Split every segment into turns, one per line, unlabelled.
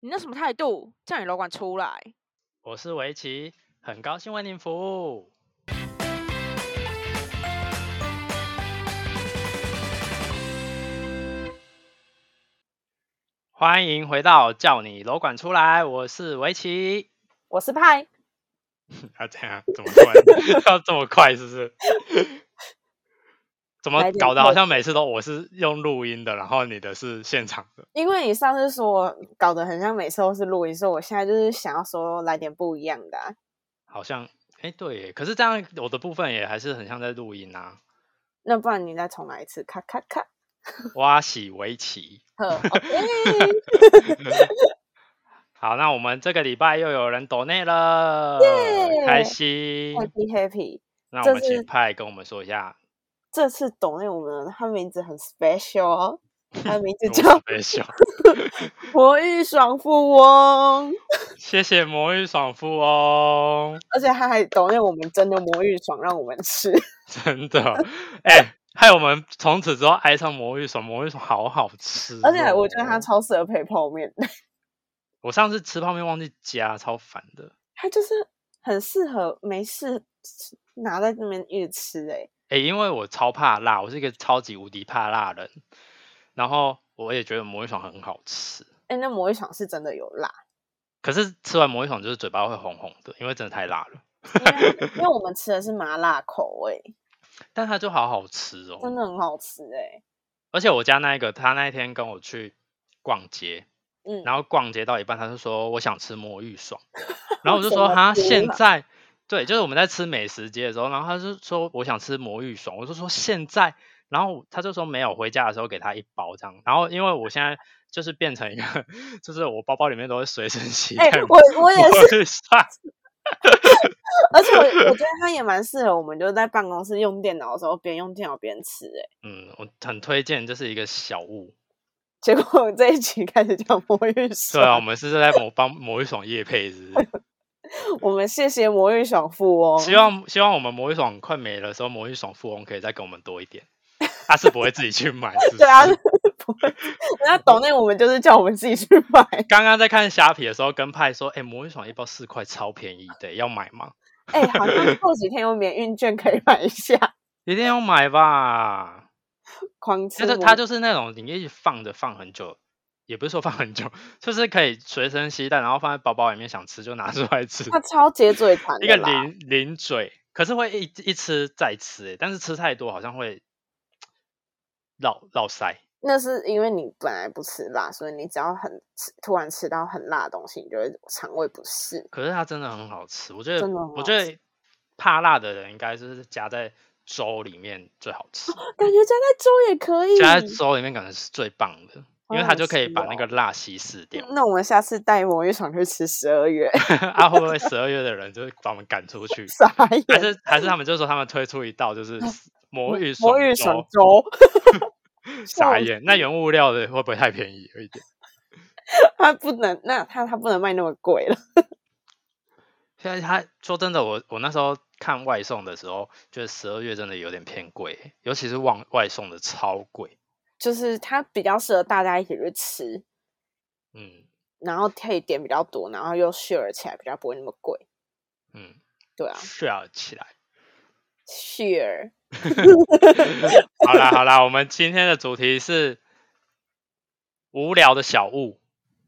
你那什么态度？叫你楼管出来！
我是围棋，很高兴为您服务。欢迎回到叫你楼管出来，我是围棋。
我是派，
啊，这样这么 快，要这么快是不是？怎
来
么
点
搞得
特
好像每次都我是用录音的，然后你的是现场的？
因为你上次说我搞得很像每次都是录音，所以我现在就是想要说来点不一样的啊、
好像哎对耶，可是这样我的部分也还是很像在录音啊。
那不然你再重来一次，咔咔咔。
挖喜围棋。
呵
嗯
，OK，
好，那我们这个礼拜又有人抖内了开
耶
心。
happy happy。
那
这
我们
是
请派跟我们说一下，
这次懂内我们他名字很 special 哦，他的名 字
我
叫
是被笑
魔域爽富翁，
谢谢魔芋爽哦富翁，
而且他还懂内我们真的魔芋爽让我们吃。
真的，哎、害我们从此之后爱上魔芋爽，魔芋爽好好吃、
而且我觉得它
哦
他，
超适合配泡面的，
我上次吃泡面忘记加，超烦的。
它就是很适合没事吃拿在那边一直吃、欸。哎，
哎、因为我超怕辣，我是一个超级无敌怕辣人，然后我也觉得魔芋爽很好吃，
哎，那魔芋爽是真的有 辣，
可是吃完魔芋爽就是嘴巴会红红的，因为真的太辣了。
因为因为我们吃的是麻辣口味，
但它就好好吃哦，
真的很好吃哎、
而且我家那一个，他那一天跟我去逛街，
嗯
然后逛街到一半，他就说我想吃魔芋 爽，然后我就
怎
说
么
哈，
吃
现
啊
在对，就是我们在吃美食街的时候，然后他就说我想吃魔芋爽，我就说现在，然后他就说没有，回家的时候给他一包这样，然后因为我现在就是变成一个， 就是我包包里面都会随身携带
哎、
魔
我我也是，
芋爽，
而且我我觉得它也蛮适合我们，就是在办公室用电脑的时候，边用电脑边吃、欸。哎，
嗯，我很推荐，这是一个小物，
结果我这一集开始讲魔芋
对啊，我
爽，
们是在某帮魔芋爽夜配是不是？啊
我们谢谢魔芋爽哦富翁，
希望希望我们魔芋爽快没了的时候，魔芋爽富翁可以再给我们多一点。 他是不会自己去买，是不
对啊，
是
不会，人家懂那我们就是叫我们自己去买，
刚刚在看虾皮的时候，跟派说：“哎、魔芋爽一包四块，超便宜的，要买吗？
哎、好像过几天有免运券可以买一下，
一定要买吧！
狂吃
但是
魔
它就是那种你一直放着放很久，也不是说放很久， 就是可以随身携带，然后放在包包里面，想吃就拿出来吃，
它超解嘴馋
一个
的啦，
零零嘴。可是会一一吃再吃、欸，但是吃太多好像会绕绕腮。
那是因为你本来不吃辣，所以你只要很吃突然吃到很辣的东西，你就会肠胃不适。
可是它真的很好吃，我觉得，
真的很
我
好
觉
吃
得怕辣的人应该就是夹在粥里面最好 吃，
感觉加在粥也可以。
夹在粥里面感觉是最棒的，因为
好
它
好
就可以
吃哦
把那个辣稀 释掉。
那我们下次带魔芋爽去吃十二月，
啊，会不会十二月的人就是把我们赶出去？
傻
还
眼。
是还是他们就说他们推出一道 就是魔芋
魔
爽
芋爽
粥？
粥，
傻
笑
眼，那原物料的会不会太便宜 了一点？
它不能，那它它不能卖那么贵了。
现在他说真的，我我那时候看外送的时候，觉得十二月真的有点偏贵，尤其是外外送的超贵。
就是它比较适合大家一起去吃，
嗯
然后可以点比较多，然后又 share 起来比较不会那么贵。
嗯，
对啊
笑起来。
，share
好啦好啦，我们今天的主题是无聊的小物，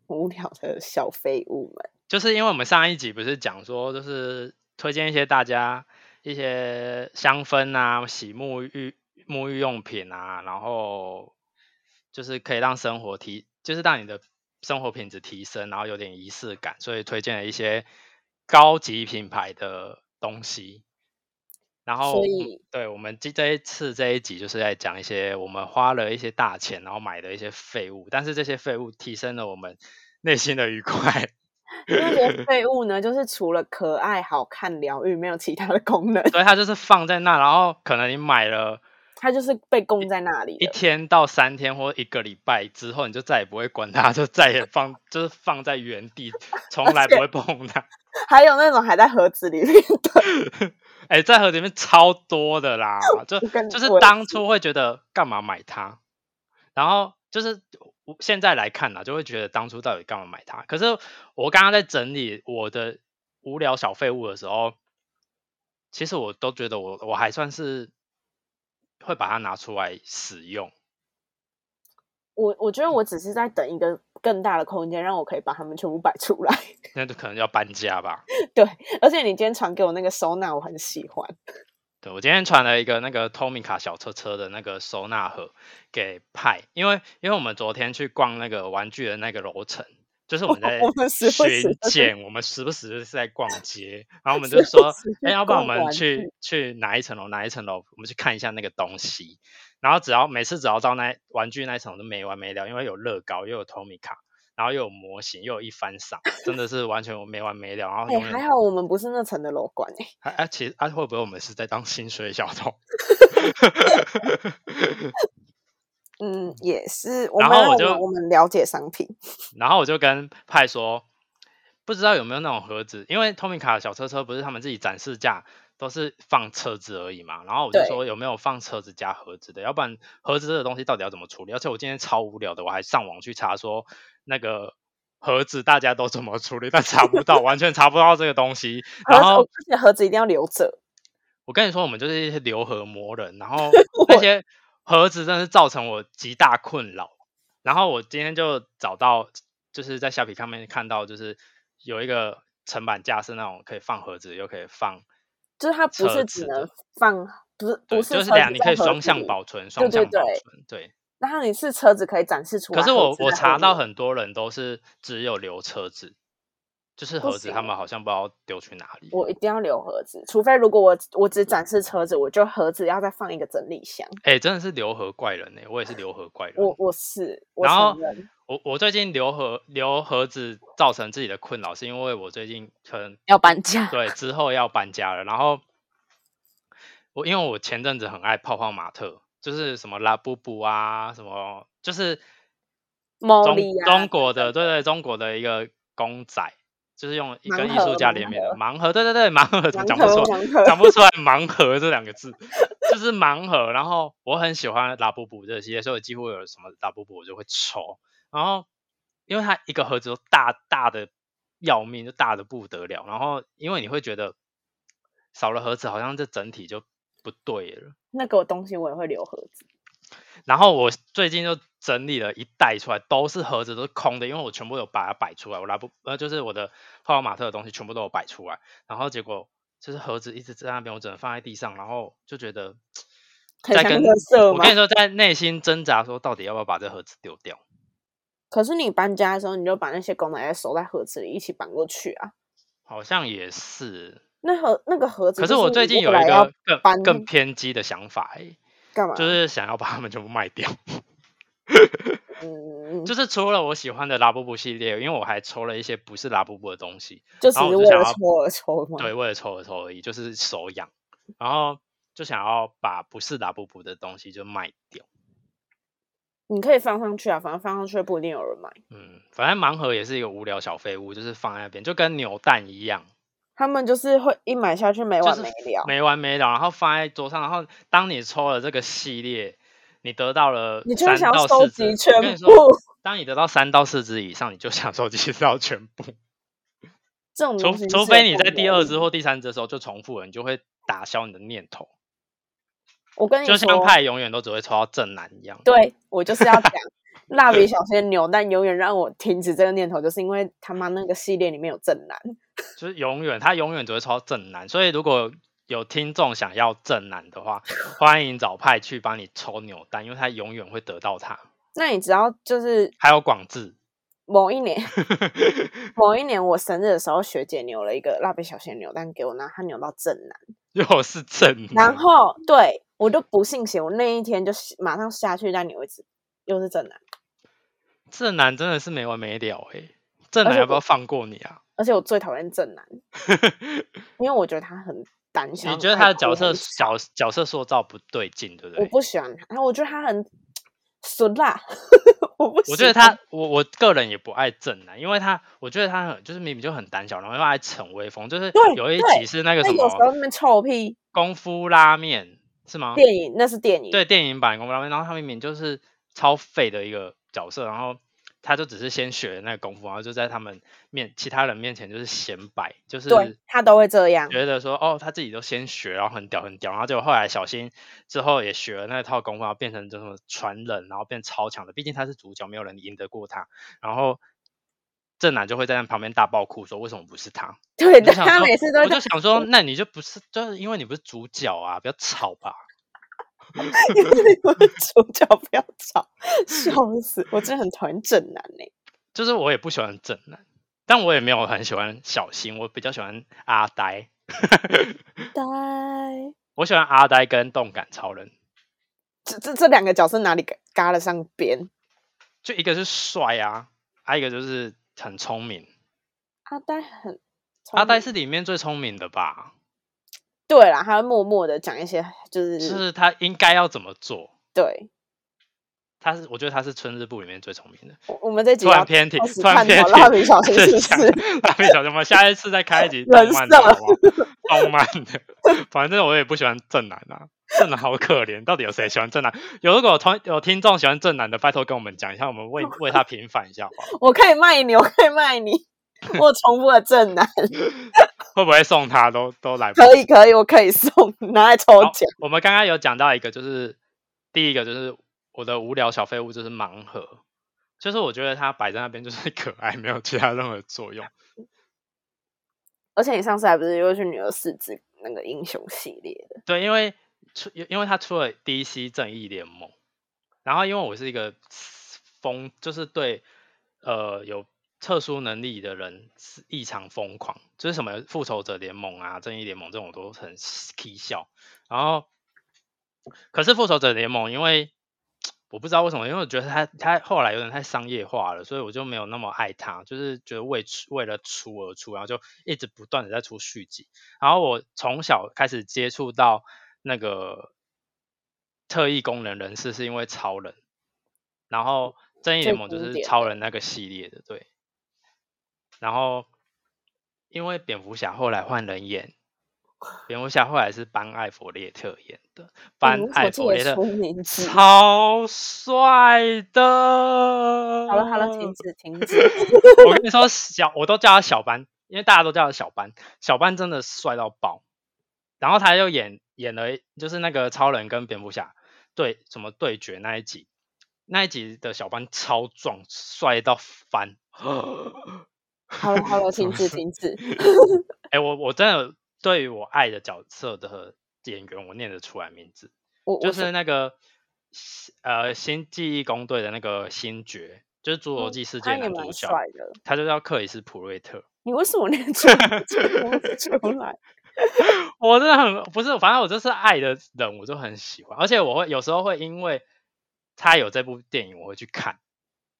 无聊的小废物们，
就是因为我们上一集不是讲说，就是推荐一些大家一些香氛啊、洗沐浴沐浴用品啊，然后就是可以让生活提，就是让你的生活品质提升，然后有点仪式感，所以推荐了一些高级品牌的东西。然后我
所
们，
以
对我们这这一次这一集就是在讲一些我们花了一些大钱，然后买的一些废物，但是这些废物提升了我们内心的愉快。
那些废物呢，就是除了可爱、好看、疗愈，没有其他的功能，
所以它就是放在那，然后可能你买了
它就是被供在那里
一
了。
天到三天或一个礼拜之后，你就再也不会管它，就再也放就是放在原地，从来不会碰它。
还有那种还在盒子里面的，
哎、在盒子里面超多的啦，就
我跟
就是
我也
当初会觉得干嘛买它，然后就是我现在来看呢、就会觉得当初到底干嘛买它。可是我刚刚在整理我的无聊小废物的时候，其实我都觉得我我还算是会把它拿出来使用。
我我觉得我只是在等一个更大的空间，让我可以把它们全部摆出来。
那就可能要搬家吧。
而且你今天传给我那个收纳，我很喜欢。
对我今天传了一个那个 Tomica 小车车的那个收纳盒给派，因为因为我们昨天去逛那个玩具的那个楼层，就是我们在
哦我们时不时
巡
地
检，我们时不时是在逛街，然后我们
时
就
不
说
时，
哎、
去
要不然我
逛玩
们去
具
去哪一层楼哪一层楼，我们去看一下那个东西。然后只要每次只要到那玩具那一层，我都没完没了，因为有乐高，又有 Tomica，然后又有模型，又有一番赏，真的是完全没完没了。然后
哎、
永远
还好我们不是那层的楼管哎、
啊啊，其实啊，会不会我们是在当薪水小偷？
嗯，也是。我
然
们
后
让
我
我
就
们我们了解商品，
然后我就跟派说，不知道有没有那种盒子，因为 Tomica 的小车车不是他们自己展示架都是放车子而已嘛。然后我就
对
说有没有放车子加盒子的，要不然盒子这个东西到底要怎么处理？而且我今天超无聊的，我还上网去查说那个。盒子大家都怎么处理，但查不到，完全查不到这个东西。然
盒
后
子而且盒子一定要留着。
我跟你说，我们就是一些流河魔人，然 后那些盒子真的是造成我极大困扰。然后我今天就找到，就是在虾皮上面看到，就是有一个层板架是那种可以放盒子，又可以放，
就是它不
车
是
子
只
的
能放，不是不
对，就是
车
是
子
两，你
在
可以
盒子
双向
里。
保存，双
对
向保
对
存，对。
然后你是车子可以展示出来。
可是
盒
我
子
我
在盒
查
子
到
里
很多人都是只有留车子，就是
不
盒子他
行
们好像不知道丢去哪里。
我一定要留盒子，除非如果我我只展示车子，我就盒子要再放一个整理箱。
哎、真的是留河怪人呢、我也是留河怪人。
我我是，我
嗯然后
承认
我我最近留盒留盒子造成自己的困扰，是因为我最近可能
要搬家，
对之后要搬家了，然后我因为我前阵子很爱泡泡玛特，就是什么拉布布啊，什么就是中
Molly 啊
中国的对对中国的一个公仔，就是用一
盲
跟艺术
盒
家
盲
联名的盲盒，对对对盲盒怎么
盲
讲不出
盒
来
盲盒
讲不出来盲盒这两个字， 就是盲盒。然后我很喜欢拉布布这些，所以我几乎有什么拉布布我就会抽。然后因为它一个盒子都大大的要命，就大的不得了。然后因为你会觉得少了盒子，好像这整体就不对了。
那个东西我也会留盒子。
然后我最近就整理了一袋出来，都是盒子，都是空的，因为我全部有把它摆出来，我拿不呃，就是我的泡泡玛特的东西全部都有摆出来，然后结果就是盒子一直在那边，我只能放在地上，然后就觉得
很
在
像
跟
垃圾
我跟
吗
你说，在内心挣扎说到底要不要把这盒子丢掉。
可是你搬家的时候，你就把那些狗奶奶收在盒子里一起搬过去啊。
好像也是，
那盒那个盒子，
可是我最近有一个更更偏激的想法、欸，
干嘛？
就是想要把它们全部卖掉。
嗯，
就是除了我喜欢的拉布布系列，因为我还抽了一些不是拉布布的东西，
就只
然后
是
我
为
就想
了
要
抽而抽嘛。
对，为了抽而抽而已，就是手痒，然后就想要把不是打不补的东西就卖掉。
你可以放上去啊，反正放上去不一定有人买。
嗯，反正盲盒也是一个无聊小废物，就是放在那边，就跟扭蛋一样，
他们就是会一买下去没
就
完
是
没了。
没完没了，然后放在桌上，然后当你抽了这个系列，你得到了
你就
三
想要
到
收集
四只我跟你
全
说
部
当你得到三到四只以上，你就想收集到全 部，
这种
除
东西
除
是
非
有
你
共
在
有
第二
欲
只或第三只的时候就重复了，你就会打消你的念头，
我跟你
就
说，
像派永远都只会抽到正男一样。
对我就是要 讲蜡笔小新的扭蛋永远让我停止这个念头，就是因为他妈那个系列里面有正男，
就是永远，他永远只会抽到正男。所以如果有听众想要正男的话，欢迎找派去帮你抽扭蛋，因为他永远会得到他。
那你知道就是
还有广志，
某一年某一年我生日的时候，学姐扭了一个蜡笔小新的扭蛋给我，然后她扭到正男，
又是正男，
然后对我就不信邪，我那一天就马上下去再扭一次，又是正男，
正男真的是没完没了哎、正
而
男
且
要不
我
要放过你啊？
而且我最讨厌 正男，因为我觉得他很胆小，
你
很
觉得
爱
他的
哭
角
很
色
吵
角角色塑造不对劲，对不
我
对？
不喜欢他，然后我觉得他很俗辣，我不喜欢。
我觉得他，我我个人也不爱正男，因为他，我觉得他很就是明明就很胆小，然后又爱逞威风，就是
对
有一
对
集是那个
那
什
有时候
么啊
那边臭屁
功夫拉面是吗？
电影，那是电影。
对电影版《功夫拉面》，然后他明明就是超废的一个角色，然后他就只是先学了那个功夫，然后就在他们面其他人面前就是显摆，就是
对他都会这样
觉得说哦，他自己都先学，然后很屌很屌，然后结果后来小新之后也学了那套功夫，然后变成这种传人，然后变超强的。毕竟他是主角，没有人赢得过他。然后正男就会在那旁边大爆哭，说为什么不是他？
对，
我就
但
想
他
说
每次都
我
在
就想说，那你就不是，就是因为你不是主角啊，不要吵吧。
因为你们主角不要吵，笑死！我真的很讨厌正男欸呢、
就是我也不喜欢正男，但我也没有很喜欢小新，我比较喜欢阿呆，
呆，
我喜欢阿呆跟动感超人，
这这这两个角色哪里嘎嘎得上边？
就一个是帅啊，还、有一个就是很聪明。
阿呆很，
阿呆是里面最聪明的吧？
对啦，他会默默的讲一些，就是
就是他应该要怎么做？
对。
他是，我觉得他是春日部里面最聪明的。
我我们这集
突然
要
偏题，
开始
突
探
然偏
讨
题。
蜡笔小新是不
讲
是？
蜡笔小新，我们下一次再开一集
人
动漫的
设
好不好？动漫的， 反正我也不喜欢正男啊，正男好可怜，到底有谁喜欢正男？有如果有同有听众喜欢正男的，拜托跟我们讲一下，我们为为他平反一下好不好，
我可以卖你，我可以卖你。我有重复的正男，
会不会送他都都来不及
可以可以，我可以送，拿来抽
好
奖。
我们刚刚有讲到一个，就是第一个就是我的无聊小废物就是盲盒，就是我觉得它摆在那边就是可爱，没有其他任何作用。
而且你上次还不是又去女儿四子那个英雄系列的？
对，因为出因为它出了 DC 正义联盟，然后因为我是一个疯，就是对呃有特殊能力的人是异常疯狂，就是什么复仇者联盟啊、正义联盟这种我都很 k 笑。然后，可是复仇者联盟因为我不知道为什么，因为我觉得它它后来有点太商业化了，所以我就没有那么爱它，就是觉得为出为了出而出，然后就一直不断的在出续集。然后我从小开始接触到那个特异功能人士，是因为超人，然后正义
最
联盟就
经
是
典
超人那个系列的，对。然后因为蝙蝠侠后来换人演，蝙蝠侠后来是班艾佛列特演的，班
哎你为什么
艾
记
佛
得
列特
出名字
超帅的。
好了好
嗯
了，停止停止。
我跟你说，小我都叫他小班，因为大家都叫他小班。小班真的帅到爆，然后他又演演了，就是那个超人跟蝙蝠侠对什么对决那一集，那一集的小班超壮，帅到翻。
好了好了，
什
停
么
止
事
停止。
哎、我我真的对于我爱的角色的演员，我念得出来名字，
我我
就是那个呃《星际义工队》的那个星爵，就是《侏罗
嗯
纪世界
他》也
男
蛮
主角，
帅的。
他就叫克里斯普瑞特。
你为什么连出名出来？
我真的很不是，反正我就是爱的人，我就很喜欢，而且我会有时候会因为他有这部电影，我会去看。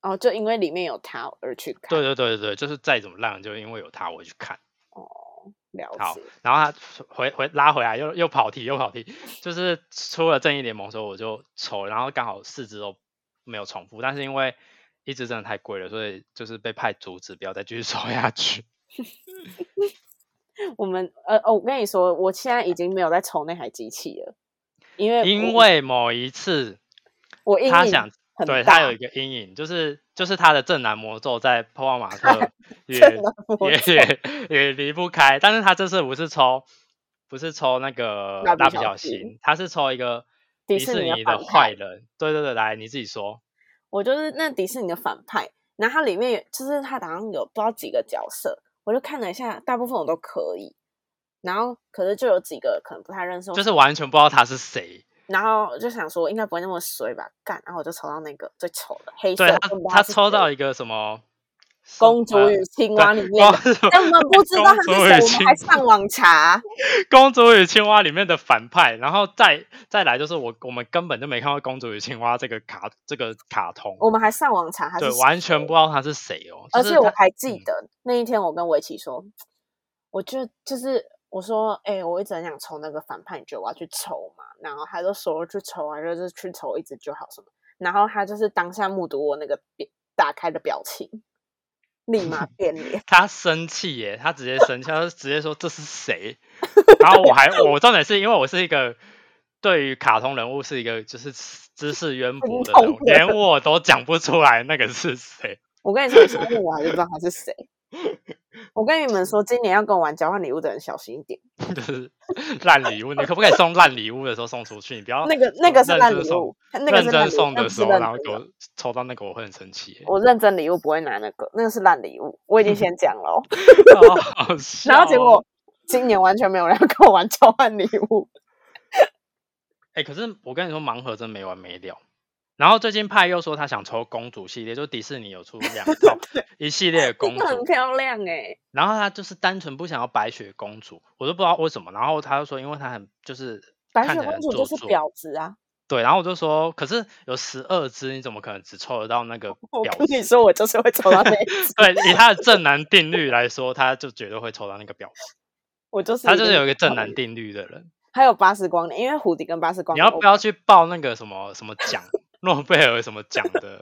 哦，就因为里面有他而去看。
对对对对，就是再怎么烂，就因为有他，我会去看。
了
好
解。
然后他回回拉回来，又又跑题，又跑题，就是出了正义联盟的时候我就抽，然后刚好四只都没有重复，但是因为一只真的太贵了，所以就是被派阻止不要再继续抽 下去。
我们呃哦，我跟你说，我现在已经没有在抽那台机器了，因为
因
我
为某一次
我阴
他
影
想
很
对
大
他有一个阴影，就是就是他的正南魔咒在破万马 克 也
真的 我
也也 也离不开，但是他这次不是抽不是抽那个
蜡笔
蜡笔
小
小
新
新，他是抽一个
迪
迪
士
士
尼的
尼的
反派
坏人，对对对，来你自己说，
我就是那迪士尼的反派，然后它里面有就是它好像有不知道几个角色，我就看了一下，大部分我都可以，然后可是就有几个可能不太认识，我
就是完全不知道他是谁，
然后我就想说应该不会那么衰吧，干，然后我就抽到那个最丑的黑色
对
的，
他
我不知道
他
是
抽
谁
到一个什么是
公主
呃
与青
对
蛙里面
公
的。
主
但我们不知道他
公
是
主与
谁，我
青
们还上网查。
公主与青蛙里面的反派，然后再再来就是我我们根本就没看过公主与青蛙这个卡这个卡通，
我哦们还上网查他是
对
谁
完全不知道他是谁哦。
而
就是
且我
他
还记
嗯
得、那一天，我跟围棋说，我就就是我说，哎、我一直很想抽那个反派，你觉得我要去抽嘛？然后他就说去抽啊，就是去抽一只就好什么。然后他就是当下目睹我那个表打开的表情，立 马变脸。
他生气耶，他直接生气，他就直接说这是谁？然后我还我重点是因为我是一个对于卡通人物是一个就是知识渊博的
通
人物，
的
连我都讲不出来那个是谁。
我跟你说，你现在问我还是不知道他是 谁。我跟你们说，今年要跟我玩交换礼物的人小心一点。
就是烂礼物，你可不可以送烂礼物的时候送出去？你不要
那个那个是
哦认
烂
真
礼
送
物，那个是烂
认真
礼物啊
送
那
的
不
时
是
候，
认
然后
真，
给我抽到那个，我会很生气耶
我认真礼物不会拿那个，那个是烂礼物，我已经先讲了哦。
好好笑
然后结
哦
果今年完全没有人要跟我玩交换礼物，
哎、可是我跟你说，盲盒真没完没了。然后最近派又说他想抽公主系列，就迪士尼有出 两套一系列的
真
公
的很
主，
漂亮哎、
然后他就是单纯不想要白雪公主，我都不知道为什么。然后他就说，因为他很就是
白
看
雪
起
公
来很
主
做
就是
作，
婊子啊！
对。然后我就说，可是有十二只，你怎么可能只抽得到那个
我
婊
跟你
子？
说，我就是会抽到那一 只，
对，以他的正男定律来说，他就绝对会抽到那个婊子。
我就是
他就是有一个正
讨
男
厌
定律的人。
还有巴斯光年，因为蝴蝶跟巴斯光
你
年，
要
我
不要去报那个什么什么奖，诺贝尔什么奖的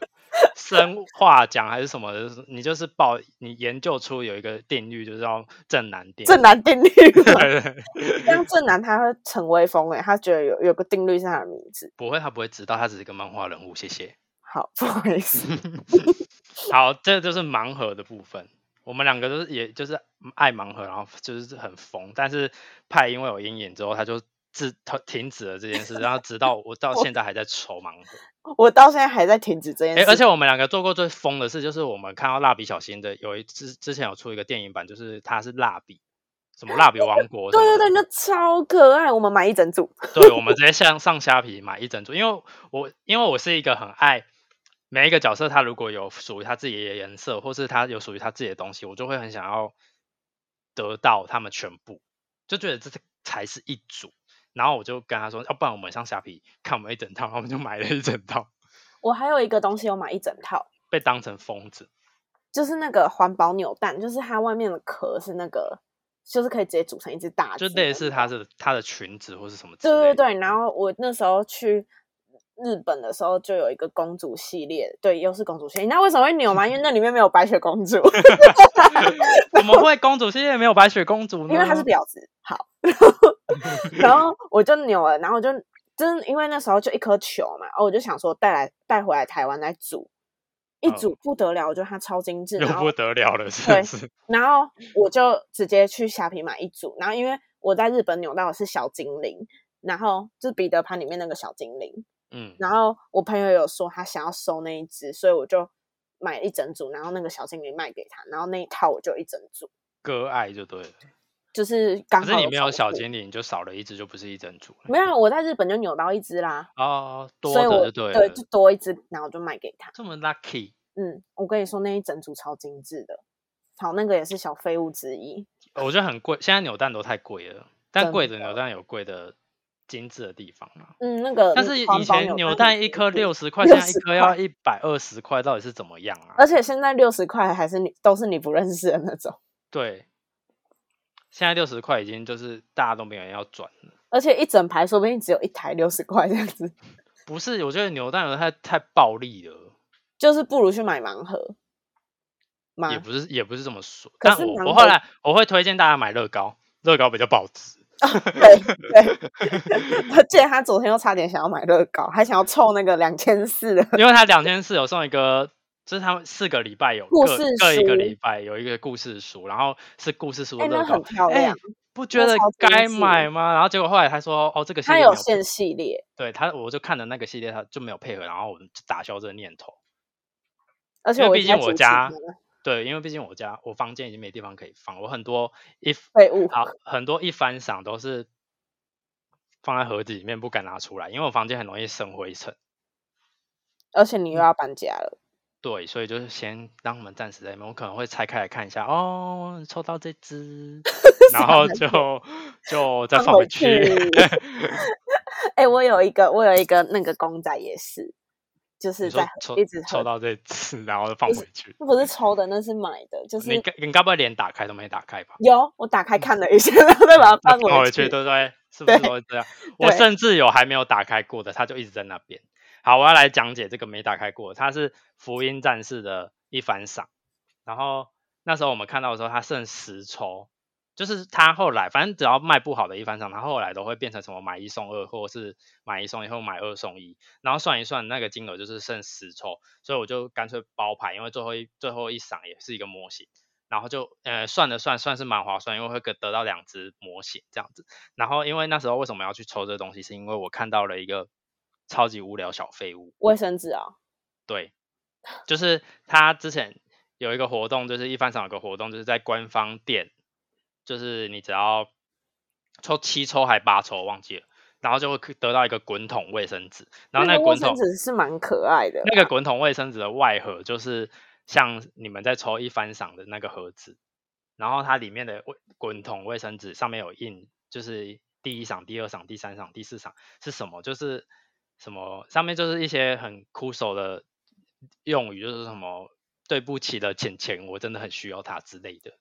生化奖还是什么的？就是你就是报你研究出有一个定律，就是要正男定律。
正男定律
对
吗？
对对
这样正男他会逞威风哎、他觉得有有个定律是他的名字。
不会，他不会知道，他只是一个漫画人物。谢谢。
好，不好意思，
好，这就是盲盒的部分。我们两个都是，也就是爱盲盒，然后就是很疯。但是派因为有阴影之后，他就自他停止了这件事，然后直到我到现在还在抽盲盒。
我到现在还在停止这件
哎、
事。
嗯而且我们两个做过最疯的事，就是我们看到蜡笔小新的有一之之前有出一个电影版，就是它是蜡笔，什么蜡笔王国什
对
么
对
的，
对，那超可爱，我们买一整组。
对我们直接上上虾皮买一整组，因为我因为我是一个很爱每一个角色，他如果有属于他自己的颜色，或是他有属于他自己的东西，我就会很想要得到他们全部，就觉得这才是一组。然后我就跟他说，要、不然我们上虾皮看我们一整套，然后我们就买了一整套，
我还有一个东西，我买一整套，
被当成疯子。
就是那个环保扭蛋，就是它外面的壳是那个，就是可以直接组成一只大
就
鸡
类
的
似
那
它
种。
是它的裙子或是什么之类
对对
的。
对，然后我那时候去日本的时候，就有一个公主系列，对，又是公主系列。你知道为什么会扭吗？因为那里面没有白雪公主，
怎么会公主系列没有白雪公主呢？
因为她是婊子。 好，然后我就扭了，然后我就真因为那时候就一颗球嘛，然后哦我就想说带来带回来台湾来煮，一
嗯
煮不得了，我觉得它超精致，
又
然后
不得了了，是
对
不是？
然后
嗯
我就直接去虾皮买一组，然后因为我在日本扭到的是小精灵，然后就是彼得潘里面那个小精灵，
嗯，
然后我朋友有说他想要收那一只，所以我就买一整组，然后那个小精灵卖给他，然后那一套我就一整组，
割爱就对了。
就是刚
可
好
是你没有
重
小
复，
精灵，你就少了一只，就不是一整组了。
没有，啊我在日本就扭到一只啦，
哦，多
所以
的
我
就对了。
对就多一只，然后我就卖给他。
这么 lucky，
嗯，我跟你说那一整组超精致的，好，那个也是小废物之一。
我觉得很贵。现在扭蛋都太贵了，但
真
贵的扭蛋有贵的精致的地方啊。
嗯，那个
但
那
是以
环保
前扭
蛋也
蛋一
是
颗
精致
六十块，现在一
60
颗要一百二十块，到底是怎么样啊？
而且现在六十块还是你都是你不认识的那种，
对，现在六十块已经就是大家都没有人要转了。
而且一整排说不定只有一台六十块这样子，
不是，我觉得扭蛋有太太暴力了，
就是不如去买盲盒嘛
也。不是也不是这么说。
可
但
是
我
盲
我
盒
后来我会推荐大家买乐高，乐高比较保值。
对对，而 且他昨天又差点想要买乐高，还想要凑那个两千四 的，
因为他两天是有送一个，就是他们四个礼拜有
故
各
事
各一个
书
礼拜有一个故事书，然后是故事书
哎、
的乐
那
高
很，漂
哎、
亮。
不觉
那
得
超精
该
致
买吗？然后结果后来他说，哦，这个系
它
列
有
没有
限系列，
对他，我就看了那个系列，他就没有配合，然后我们就打消这个念头。
而且
因为
我
毕
已经在
竟我
阻止
家
它了
对，因为毕竟我家我房间已经没地方可以放，我很多一
废物
好很多一番赏都是放在盒子里面不敢拿出来，因为我房间很容易生灰尘。
而且你又要搬家了，
对，所以就是先让我们暂时在那边，我可能会拆开来看一下，哦，抽到这 只，然后
傻
就就 再
放
放
回
回 去。
哎、我有一个，我有一个那个公仔也是，就
你
是
说
在
抽
一直
抽
合
到这只，然后放
一直
回去。
那不是抽的，那是买的，就是
你该你该不会连打开都没打开吧？
有我打开看了一下，然后再把它
再
放
放
回
去，
去。
对不对？是不是
对
都会这样？ 我
对
甚至有还没有打开过的，它就一直在那边。好，我要来讲解这个没打开过的，它是福音战士的一番赏。然后那时候我们看到的时候，它剩十抽，就是他后来反正只要卖不好的一番赏，他后来都会变成什么买一送二，或者是买一送一或买二送一，然后算一算那个金额就是剩十抽，所以我就干脆包牌，因为最后一最后一赏也是一个模型。然后就呃算了算，算是蛮划算，因为会得得到两只模型这样子。然后因为那时候为什么要去抽这个东西，是因为我看到了一个超级无聊小废物，
卫生纸啊，
对，就是他之前有一个活动，就是一番赏有个活动，就是在官方店，就是你只要抽七抽还八抽忘记了，然后就会得到一个滚筒卫生纸，然后
那个
那个
卫
滚
生
筒
纸是蛮可爱的啦，啊
那个滚筒卫生纸的外盒就是像你们在抽一番赏的那个盒子，然后它里面的卫滚筒卫生纸上面有印，就是第一赏、第二赏、第三赏、第四赏是什么？就是什么上面就是一些很枯手的用语，就是什么对不起的钱钱，我真的很需要它之类的。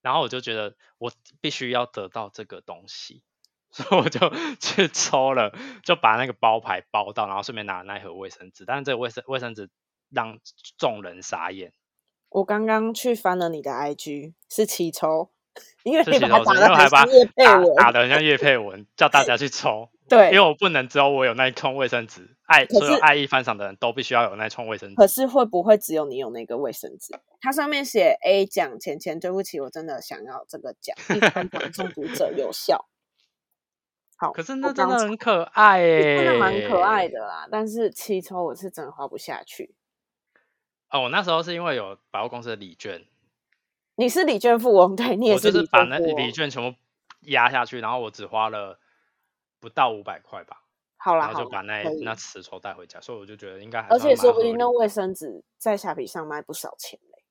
然后我就觉得我必须要得到这个东西，所以我就 去抽了，就把那个包牌包到，然后顺便拿了那一盒卫生纸。但是这个卫生卫生纸让众人傻眼，
我刚刚去翻了你的 IG，是七抽，因为
这
你
其实
把它
我
打
因为
的
还把
很叶佩
打
文，
打的像叶佩文，叫大家去抽，因为
哎对。
我不能只有我有那一串卫生纸，爱
可
所有
是
爱意翻赏的人都必须要有那一串卫生纸
可。是会不会只有你有那个卫生纸？它上面写 A 奖钱钱，对不起，我真的想要这个奖，一般奖中毒者有 效。好，
可是
我
那真
刚
的
查
很可爱耶、
真的蛮可爱的啦，但是七抽我是真的花不下去。
哦。我那时候是因为有百货公司的礼券，
你是礼券富翁，对你也
我就是是
礼
把
券富哦
那
翁。
礼券全部压下去，然后我只花了不到五百块吧，
好啦好
然后就
啦，
把那
可以
那十抽带回家，所以我就觉得应该还
而
算
且说
蛮
不
合
定
理
那卫生纸在虾皮上卖不少钱嘞。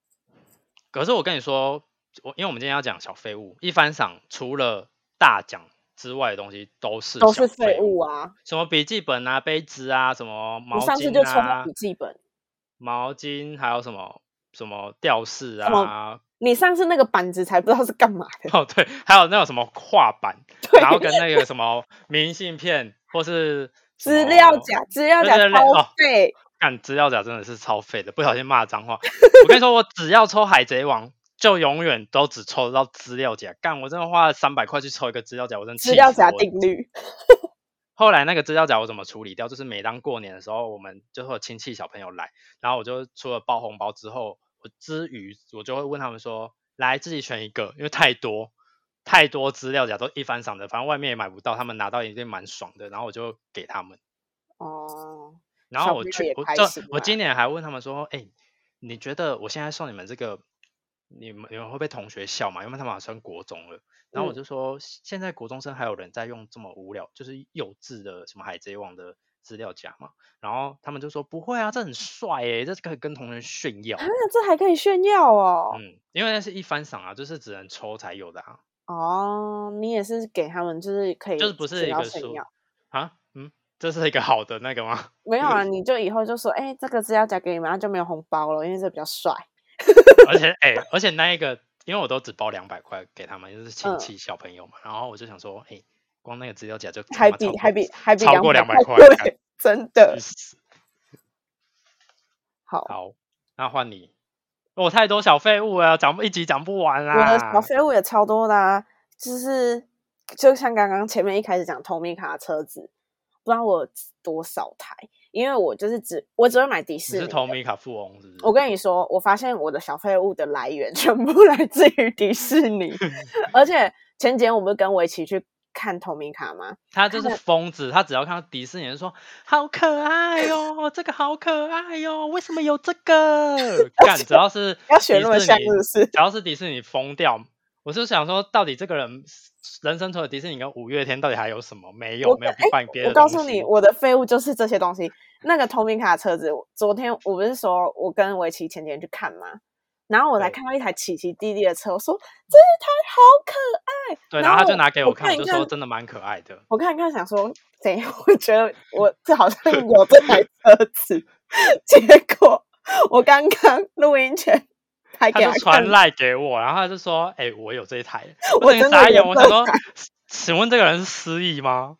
可是我跟你说，我因为我们今天要讲小废物，一番赏除了大奖之外的东西都是
都
小
是废
物
物，啊！
什么笔记本啊、杯子啊、什么毛
我上次
巾
就抽
啊
到、笔记本，
毛巾，还有什么什么吊饰
什么
啊，
你上次那个板子才不知道是干嘛的，
哦对，还有那种什么画板，
对
然后跟那个什么明信片或是什
资料
么
夹，资料
对
夹
对对哦
超废，
干资料夹真的是超废的，不小心骂脏话。我跟你说，我只要抽海贼王，就永远都只抽得到资料夹。干，我真的花了三百块去抽一个资料夹，我真的气
资料
死
夹
我
定律。
后来那个资料夹我怎么处理掉？就是每当过年的时候，我们就会有亲戚小朋友来，然后我就除了包红包之后，我之余我就会问他们说，来自己选一个，因为太多太多资料夹都一番赏的，反正外面也买不到，他们拿到一定蛮爽的，然后我就给他们。
哦，
然
小
后我
朋友
去
也，
我
开
这
心
我
啦
今年还问他们说，哎、你觉得我现在送你们这个，你们你们会被同学笑嘛？因为他们好像国中了。然后我
嗯
就说，现在国中生还有人在用这么无聊，就是幼稚的什么海贼王的资料夹嘛？然后他们就说不会啊，这很帅诶、这可以跟同学炫耀
啊。，这还可以炫耀哦。
嗯，因为那是一番赏啊，就是只能抽才有的啊，
哦，你也是给他们就是可以
就是不
只
是一
要
个
炫
说
耀。
啊，嗯，这是一个好的那个吗？
没有啊，你就以后就说，哎、这个资料夹给你们，然后就没有红包了，因为这比较帅。
而且哎、而且那一个，因为我都只包两百块给他们，就是亲
嗯
戚小朋友嘛，然后我就想说，哎、光那个资料夹就他
还
妈
比
超
还
过
比还比
超过200块干
对， 真的
去死
好。
好，那换你，我太多小废物了，讲不一集讲不完
我的
啦
小。废物也超多的、啊，就是就像刚刚前面一开始讲透明卡的车子，不知道我有多少台，因为我就是只我只会买迪
你
士
是
尼。
投米卡富翁是不是？
我跟你说，我发现我的小废物的来源 全部来自于迪士 尼，而且前几天我不是跟我一起去看透明卡吗？
他就是疯子，他只要看到迪士尼就说好可爱哦，这个好可爱哦，为什么有这 个？干，只要是
要学
迪
那么
士
像
尼
是不是？
只要是迪士尼疯掉，我是想说，到底这个人人生除了迪士尼跟五月天，到底还有什么？没有，
我
没有
跟哎
办别的
我告
东西。
诉你，我的废物就是这些东西。那个透明卡车子，我昨天我不是说我跟围棋前天去看吗？然后我才
对
看到一台奇奇弟弟的车，我说这一台好可爱。
对，
然
然后他就
后
拿给
我
我看，
看
我
一
就
看
说真的蛮可爱的。
我看一看，想说怎样？ 我觉得我这好 像有这台车子。结果我刚刚录音前还
他
给
就
看
传，赖给我，然后他就说：“哎、我有这一台。”
我
整个
真的
傻
有
眼，我
这
想说
台，
请问这个人是失忆吗？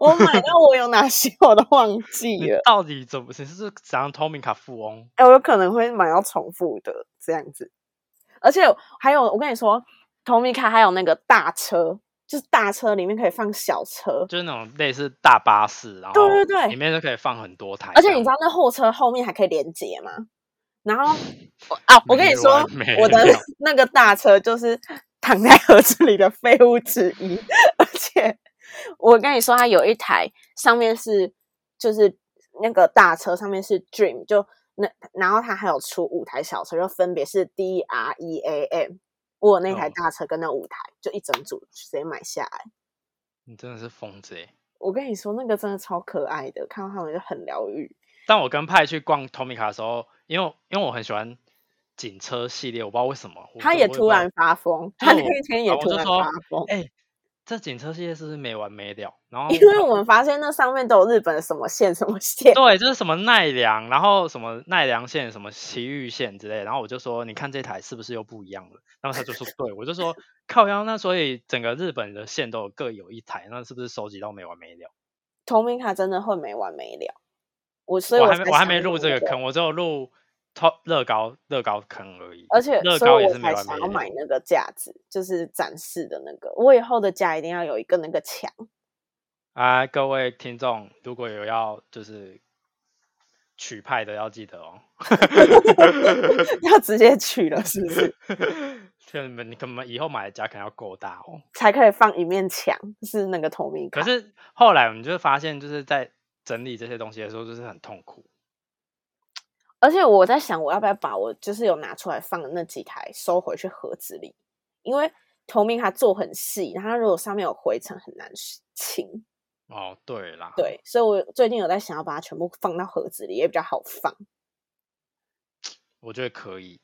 我买到我有哪些 我都忘记
你
了。
到底怎么？你是怎样透明卡富翁？
哎、我有可能会买到重复的这样子。而且还有，我跟你说，同米卡还有那个大车，就是大车里面可以放小车，
就是那种类似大巴士，然后
对对对
里面就可以放很多台这样，
而且你知道那货车后面还可以连接吗？然后我啊，我跟你
没
说
完没，
我的
了
那个大车就是躺在盒子里的废物之一， 而且我跟你说，它有一台上面是就是那个大车上面是 Dream，就那然后它还有出五台小车，就分别是 D R E A M。我有那台
哦
大车跟那五台、就一整组直接买下来。
你真的是疯子欸
我跟你说，那个真的超可爱的，看到他们就很疗愈。
但我跟派去逛 Tomica 的时候，因为因为我很喜欢警车系列，我不知道为什嗯么，我
他
就
也
我
突
不知道
然发疯，
就
他
是
那
我
一天也
然后
突
哦啊我就
然
说
发疯，
哎、这警车系列是不是没完没了？然后
因为我们发现那上面都有日本的什么线什么线，
对，就是什么奈良，然后什么奈良县、什么埼玉县之类，然后我就说，你看这台是不是又不一样了？然后他就说，对，我就说靠腰，那所以整个日本的县都有各有一台，那是不是收集到没完没了？
同名卡真的会没完没了。我所以
我还
才
没我还
想
没入这
那
个坑，我只有入 top 乐高乐高坑而已。
而且
乐
所
高
以
也
我
是没
才
完
想
没
要
了
买那个架子，就是展示的那个。我以后的家一定要有一个那个墙。
啊，各位听众，如果有要就是取派的，要记得哦。
要直接取了，是不 是？
就你们，你可能以后买的家可能要够大哦。
才可以放一面墙，是那个透明卡。
可是后来我们就发现，就是在整理这些东西的时候，就是很痛苦。
而且我在想，我要不要把我就是有拿出来放的那几台收回去盒子里，因为透明卡做很细，然后它如果上面有灰尘很难清。
哦，对啦，
对，所以我最近有在想要把它全部放到盒子里，也比较好放。
我觉得可以，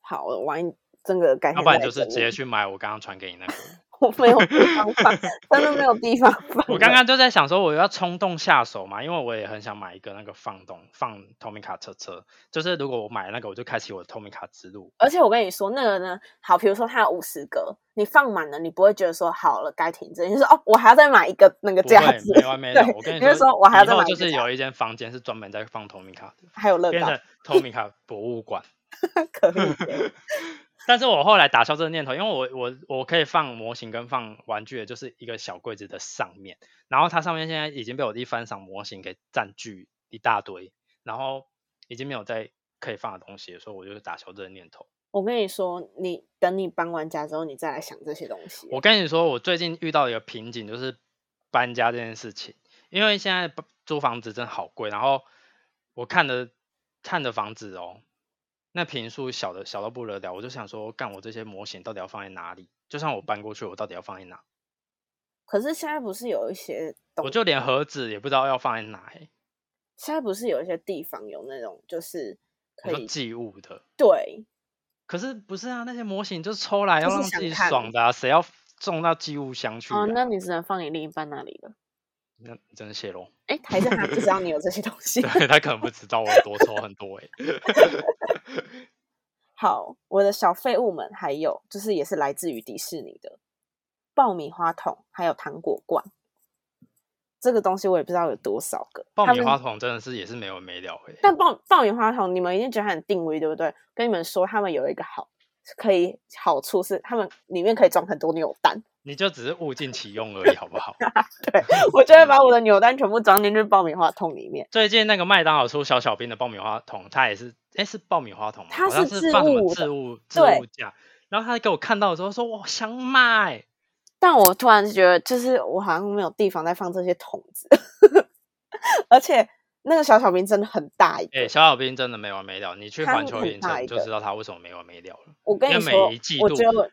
好，我万一真的改天
要不然
再
就是
整
直接
理
去买我刚刚传给你那个。
我没 有地方放，真的没有地方放。
我刚刚就在想说，我要冲动下手嘛，因为我也很想买一个那个放动放 Tomica 车车，就是如果我买了那个，我就开启我的 Tomica 之路。
而且我跟你说，那个呢，好，比如说它有五十个，你放满了，你不会觉得说好了该停止，你就说哦，我还要再买一个那个
不会
架子，
没完没 了。
对
我跟你
就
说，
是说我还要
以
再
后
买一
就
个
是
架
有一间房间是专门在放透明卡的，
还有乐
变
高
成透明卡博物馆。
可以耶。
但是我后来打消这个念头，因为我我我可以放模型跟放玩具的，就是一个小柜子的上面，然后它上面现在已经被我一翻赏模型给占据一大堆，然后已经没有再可以放的东西了，所以我就打消这个念头。
我跟你说，你等你搬完家之后，你再来想这些东西。
我跟你说，我最近遇到一个瓶颈，就是搬家这件事情。因为现在不租房子真的好贵，然后我看的看的房子哦，那平数小的小到不得了，我就想说，干我这些模型到底要放在哪里？就算我搬过去，我到底要放在哪？
可是现在不是有一些东
我就连盒子也不知道要放在哪、欸。
现在不是有一些地方有那种就是可
我说
以
寄物的，
对，
可是不是啊？那些模型就是抽来
就
要
是
让自
想
己
看
爽的啊，谁要送到寄物箱去、啊？
哦，那你只能放你另一半那里了。
那你真的泄 露。
哎，还是他不知道你有这些东 西。
对他可能不知道我有多抽很多哎、
好，我的小废物们还有就是也是来自于迪士尼的爆米花桶，还有糖果罐。这个东西我也不知道有多少个。
爆
他
米
们
花桶真的是也是没完没了哎、
但爆爆米花筒，你们一定觉得它很定位，对不对？跟你们说，他们有一个好可以好处是，他们里面可以装很多扭蛋。
你就只是物尽其用而已，好不好？
对我就会把我的扭蛋全部装进去爆米花筒里面。
最近那个麦当劳出小小兵的爆米花桶，它也是，哎、是爆米花桶吗？
它
好像
是
是放什
置
么
物的
置物置
对
物架，然后他给我看到的时候说，我想买，
但我突然觉得，就是我好像没有地方再放这些桶子， 而且那个小小兵真的很大一个。
哎、小小兵真的没完没了，你去
它很
环球影
大
城
一
你就
个
知道它为什么没完没了了。
我跟
因
你
为
说
每一季，
我
度
觉得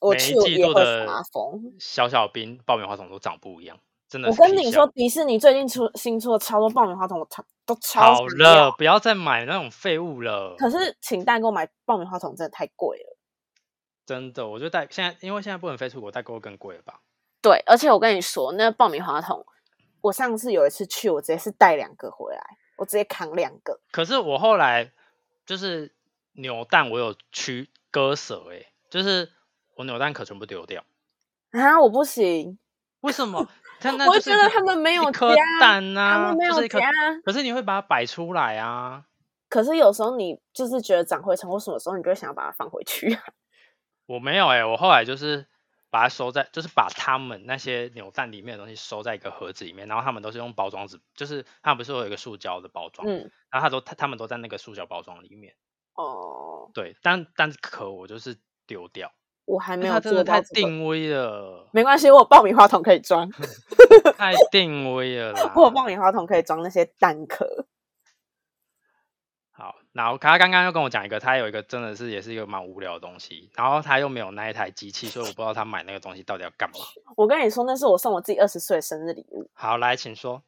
我
每
去
一
我
季
也
度
会
的
发疯。
小小兵爆米花桶都长不一样，真的
我
是
跟
皮
你说，
笑
迪士尼最近出新出了超多爆米花筒，我超都超
好
想要
了，不要再买那种废物了。
可是请代购买爆米花筒真的太贵了。
真的，我就带现在，因为现在不能飞出国，代购会更贵了吧？
对，而且我跟你说，那爆米花筒，我上次有一次去，我直接是带两个回来，我直接扛两个。
可是我后来就是扭蛋，我有去割舍哎、就是我扭蛋壳全部丢掉。
啊，我不行，
为什么？他那
我
就是
觉得
一
他们没有
一颗
加
蛋啊，
他们没
就
有
是一颗
加。
可是你会把它摆出来啊！
可是有时候你就是觉得长灰尘，或什么时候你就会想要把它放回去啊。
我没有哎、我后来就是把它收在，就是把他们那些扭蛋里面的东西收在一个盒子里面，然后他们都是用包装纸，就是他们不是有一个塑胶的包装，
嗯，
然后他都他他们都在那个塑胶包装里面。
哦，
对，但但是壳我就是丢掉，
我还
因
没
为
有
它真
做
的
到
太
这个
定位了，
没关系，我有爆米花桶可以装，。
太定位了啦
我有爆米花桶可以装那些蛋壳。
好，然后他刚刚又跟我讲一个，他有一个真的是也是一个蛮无聊的东西，然后他又没有那一台机器，所以我不知道他买那个东西到底要干嘛。
我跟你说，那是我送我自己二十岁的生日礼物，
好，来，请说。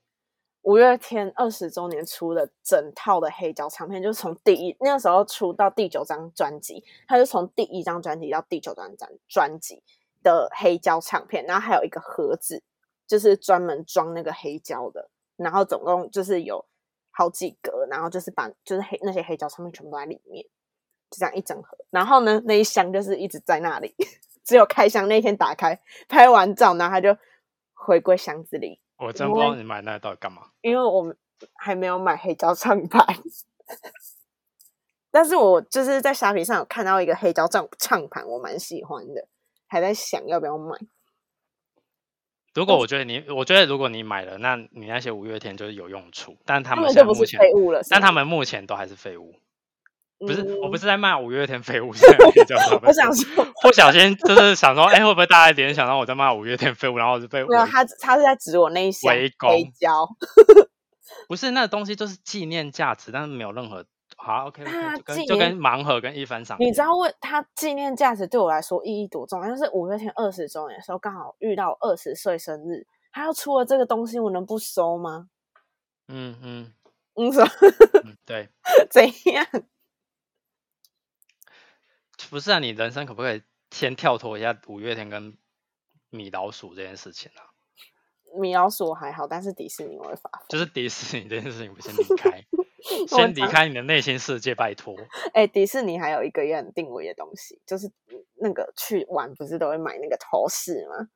五月天二十周年出的整套的黑胶唱片，就是从第一那个时候出到第九张专辑，它就从第一张专辑到第九张专专辑的黑胶唱片，然后还有一个盒子，就是专门装那个黑胶的，然后总共就是有好几格，然后就是把就是黑那些黑胶唱片全部都在里面，就这样一整盒。然后呢，那一箱就是一直在那里， 只有开箱那天打开，拍完照，然后它就回归箱子里。
我真
因
不知道
为
你买那个到底干嘛。
因为我们还没有买黑胶唱盘， 但是我就是在虾皮上有看到一个黑胶唱唱盘，我蛮喜欢的，还在想要不要买。
如果我觉得你，我觉得如果你买了，那你那些五月天就是有用处，但
他
他们
们就
现在
不
目
是
前，
废物了，是
但
吗
他们目前都还是废物。不是，我不
嗯
是在骂五月天废物，是在骂黑胶唱 片
我想说，
不小心就是想说，哎、会不会大家联想到我在骂五月天废物，然后我就被
没有
围
他，他是在指我那一箱
围
黑
攻
胶，
不是那个东西就是纪念价值，但是没有任何好 OK，, o
啊
k 就
纪
跟就
念
跟盲盒跟一番赏一样，
你知道为它纪念价值对我来说意义多重要？就是五月天二十周年的时候，刚好遇到二十岁生日，他要出了这个东西，我能不收吗？
嗯嗯
嗯， 说
嗯，对，
怎样？
不是啊，你人生可不可以先跳脱一下五月天跟米老鼠这件事情啊？
米老鼠我还好，但是迪士尼我会发疯。
就是迪士尼这件事情，我先 离开，
我
先离
常
开你的内心世界，拜托。
哎、迪士尼还有一个也很定位的东西，就是那个去玩不是都会买那个头饰吗？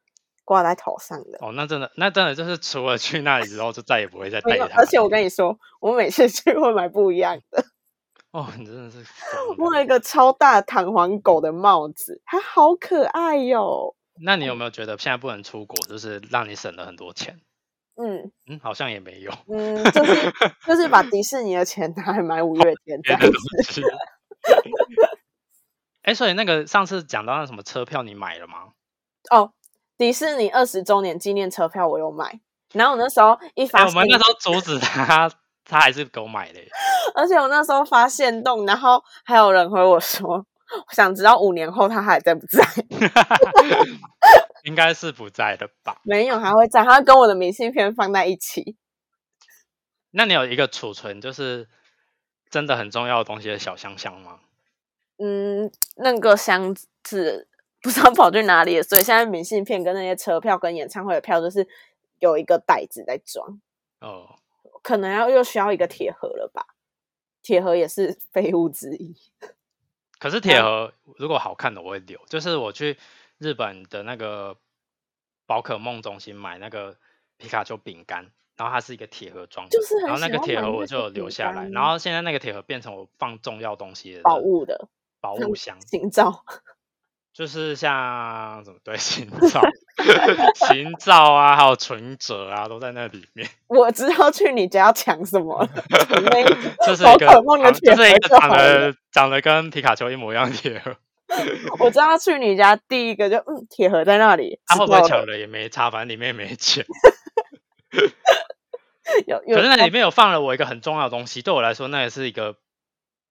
挂在头上的。
哦，那真的，那真的就是除了去那里之后，就再也不会再
没
带
有，
它了。
而且我跟你说，我每次去会买不一样的。
哦，你真的是疯
我
了
有一个超大弹簧狗的帽子，它好可爱哟、
那你有没有觉得现在不能出国，就是让你省了很多钱？
嗯
嗯，好像也没有
嗯，就是就是把迪士尼的钱拿来买五月天这
别
样
的
子。
东西。哎、所以那个上次讲到那什么车票，你买了吗？
哦，迪士尼二十周年纪念车票我有买，然后我那时候一
哎、
发
我
现，
们那时候阻止他，他还是给我买的、
而且我那时候发现动，然后还有人回我说，我想知道五年后他还在不在？
应该是不在了吧？
没有，还会在，他会跟我的明信片放在一起。
那你有一个储存就是真的很重要的东西的小箱箱吗？
嗯，那个箱子不知道跑去哪里了，所以现在明信片跟那些车票跟演唱会的票就是有一个袋子在装，
哦，
可能要又需要一个铁盒了吧？铁盒也是废物之一。
可是铁盒如果好看的我会留，就是我去日本的那个宝可梦中心买那个皮卡丘饼干，然后它是一个铁盒装的，
就是很
然后那
想
个
要
铁
买
盒
那些
我就有留
饼
下来，
干
然后现在那个铁盒变成我放重要东西的
宝物的
宝 物箱，
行照，
就是像什么对行照、 行照啊，还有存折啊，都在那里面。
我知道去你家要抢什么 了，抢那一
就 是
宝
一个
可梦的
长
铁
就是
盒
一个
就
长
好了
得长得跟皮卡丘一模一样的铁盒，
我知道去你家第一个就嗯，铁盒在那里，
它
知
会不会
道
巧
了？
了也没差，反正里面也没钱。
有有
可是那里面有放了我一个很重要的东西，对我来说那也是一个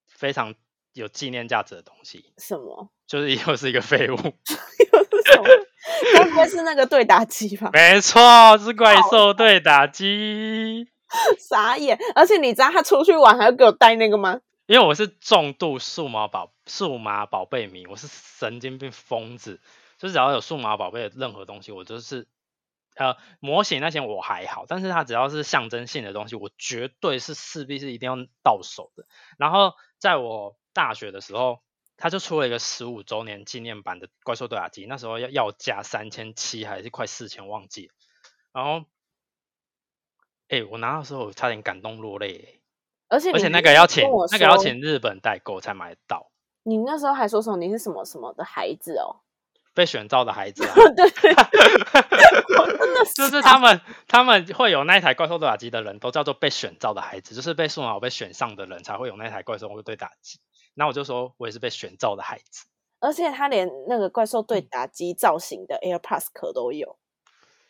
非常有纪念价值的东西，
什么？
就是又是一个废物。
有什么？该不会是那个对打机吧？
没错，是怪
好
兽对打击。
傻眼！而且你知道他出去玩还要给我带那个吗？
因为我是重度数码宝数码宝贝迷，我是神经病疯子，就是只要有数码宝贝的任何东西，我就是呃模型那些我还好，但是它只要是象征性的东西，我绝对是势必是一定要到手的。然后在我大学的时候，他就出了一个十五周年纪念版的《怪兽对打机》，那时候要要价三千七还是快四千，忘记了。然后，哎、我拿到的时候我差点感动落泪、欸
而且
而且
你
那
还
个要
跟
请
我
那个要
说
请日本代购才买得到，
你那时候还说什么你是什么什么的孩子哦？
被选召的孩子 啊，
对，啊
就是他们他们会有那一台怪兽对打机的人都叫做被选召的孩子，就是被数码宝贝选上的人才会有那台怪兽对打机。那我就说我也是被选召的孩子，
而且他连那个怪兽对打机造型的 AirPods 壳都有，